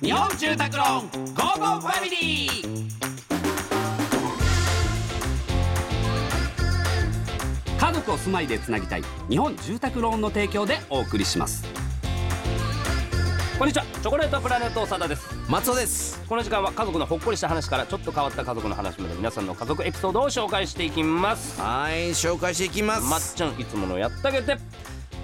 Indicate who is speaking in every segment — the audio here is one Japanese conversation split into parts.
Speaker 1: 日本住宅ローンゴーゴーファミリー家族を住まいでつなぎたい日本住宅ローンの提供でお送りしますこんにちはチョコレートプラネット長田です
Speaker 2: 松尾です
Speaker 1: この時間は家族のほっこりした話からちょっと変わった家族の話まで皆さんの家族エピソードを紹介していきます
Speaker 2: はい紹介していきます、
Speaker 1: まっちゃんいつものやったげて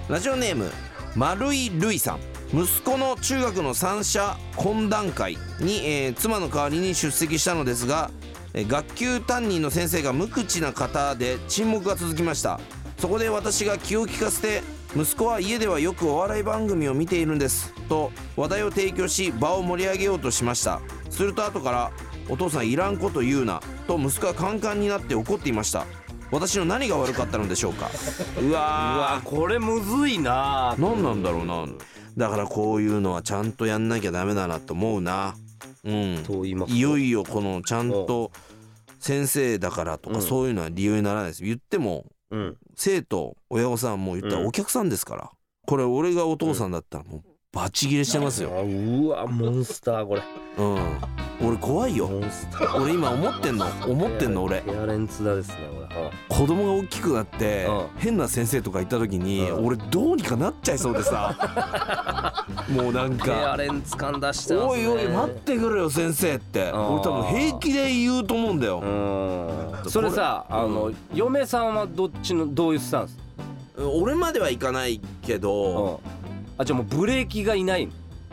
Speaker 2: ラジオネーム丸井るいさん息子の中学の三者懇談会に、えー妻の代わりに出席したのですがえー学級担任の先生が無口な方で沈黙が続きましたそこで私が気を利かせて息子は家ではよくお笑い番組を見ているんですと話題を提供し場を盛り上げようとしましたすると後から「お父さんいらんこと言うな」と息子はカンカンになって怒っていました私の何が悪かったのでしょうかう
Speaker 1: う
Speaker 2: わー
Speaker 1: わこれむずいな
Speaker 2: 何なんだろうなだからこういうのはちゃんとやんなきゃダメだなと思うなうん
Speaker 1: と言います
Speaker 2: いよいよこのちゃんと先生だからと
Speaker 1: う
Speaker 2: か
Speaker 1: ん
Speaker 2: そういうのは理由にならないです言っても
Speaker 1: うん
Speaker 2: 生徒親御さんも言った
Speaker 1: う
Speaker 2: ら
Speaker 1: ん
Speaker 2: お客さんですからこれ俺がお父さんだったらもうバチギレしてますよ
Speaker 1: あうわモンスターこれ
Speaker 2: うん俺怖いよ
Speaker 1: モンスター
Speaker 2: 俺今思ってんの思ってんの俺
Speaker 1: ペアレンツだですねこれ
Speaker 2: 子供が大きくなって
Speaker 1: う
Speaker 2: 変な先生とかいた時に
Speaker 1: うん
Speaker 2: 俺どうにかなっちゃいそうでさ もうなん
Speaker 1: ペ
Speaker 2: か
Speaker 1: アレンツ感出してます
Speaker 2: おい
Speaker 1: ね
Speaker 2: おい待ってくれよ先生って
Speaker 1: あー
Speaker 2: 俺多分平気で言うと思うんだ
Speaker 1: う
Speaker 2: よ、
Speaker 1: んそれさあの嫁さんはどっちのどういうスタンス
Speaker 2: 俺まではいかないけど、
Speaker 1: うんあじゃあもうブレーキがいない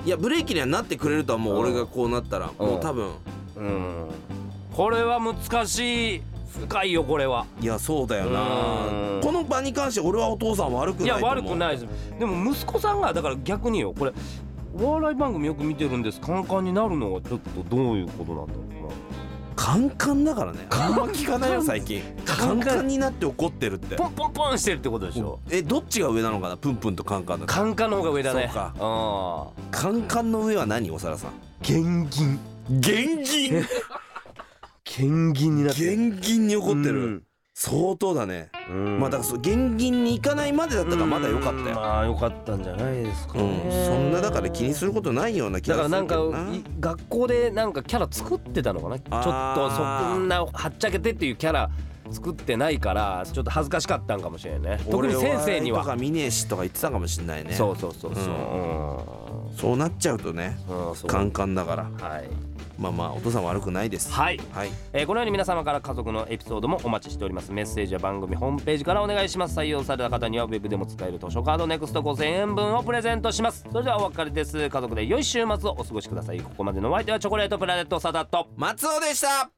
Speaker 2: いやブレーキにはなってくれるとはもう
Speaker 1: うん
Speaker 2: 俺がこうなったら、もう多分
Speaker 1: うんこれは難しい深いよこれはい
Speaker 2: やそうだよ
Speaker 1: うん
Speaker 2: なこの場に関して俺はお父さん悪く
Speaker 1: い
Speaker 2: な
Speaker 1: や
Speaker 2: いと思う
Speaker 1: 悪くないですでも息子さんがだから逆によこれお笑い番組よく見てるんですカンカンになるのはちょっとどういうことなんだろうな
Speaker 2: カンカンだからねあんま聞かないよ最近
Speaker 1: カ
Speaker 2: カ
Speaker 1: ンカン
Speaker 2: ンカンになって怒ってるって
Speaker 1: ポンポンポンしてるってことでしょ
Speaker 2: えどっちが上なのかなプンプンとカンカンだと
Speaker 1: カンカンの方が上だね
Speaker 2: そうか
Speaker 1: あ
Speaker 2: カンカンの上は何おさらさん
Speaker 1: 現金
Speaker 2: 現 金
Speaker 1: 現金になって
Speaker 2: 現金に怒ってる、
Speaker 1: うん
Speaker 2: 相当だね
Speaker 1: うん
Speaker 2: まあだからそう現銀に行かないまでだったからまだ良かった
Speaker 1: うん
Speaker 2: よ。
Speaker 1: まあ良かったんじゃないですか
Speaker 2: う
Speaker 1: ね、
Speaker 2: ん、そんなだから気にすることないような気
Speaker 1: だ
Speaker 2: が
Speaker 1: か
Speaker 2: す
Speaker 1: らな
Speaker 2: る
Speaker 1: ん
Speaker 2: け
Speaker 1: か
Speaker 2: どな。
Speaker 1: い学校でなんかキャラ作ってたのかなちょっと
Speaker 2: あー
Speaker 1: そんなはっちゃけてっていうキャラ作ってないからちょっと恥ずかしかったんかもしれないね特に先生に
Speaker 2: 俺お笑いとか
Speaker 1: は
Speaker 2: 見ねえしとか言ってたかもしれないね。
Speaker 1: そうそうそうそう
Speaker 2: う
Speaker 1: う
Speaker 2: そうなっちゃうとね、
Speaker 1: ん、うんそう
Speaker 2: カンカンだから。
Speaker 1: はい、
Speaker 2: まあまあお父さん悪くないです。
Speaker 1: はい
Speaker 2: はい。
Speaker 1: えーこのように皆様から家族のエピソードもお待ちしておりますメッセージは番組ホームページからお願いします採用された方にはウェブでも使える図書カード NEXT5000 円分をプレゼントしますそれではお別れです家族で良い週末をお過ごしくださいここまでのお相手はチョコレートプラネットサダット
Speaker 2: 松尾でした。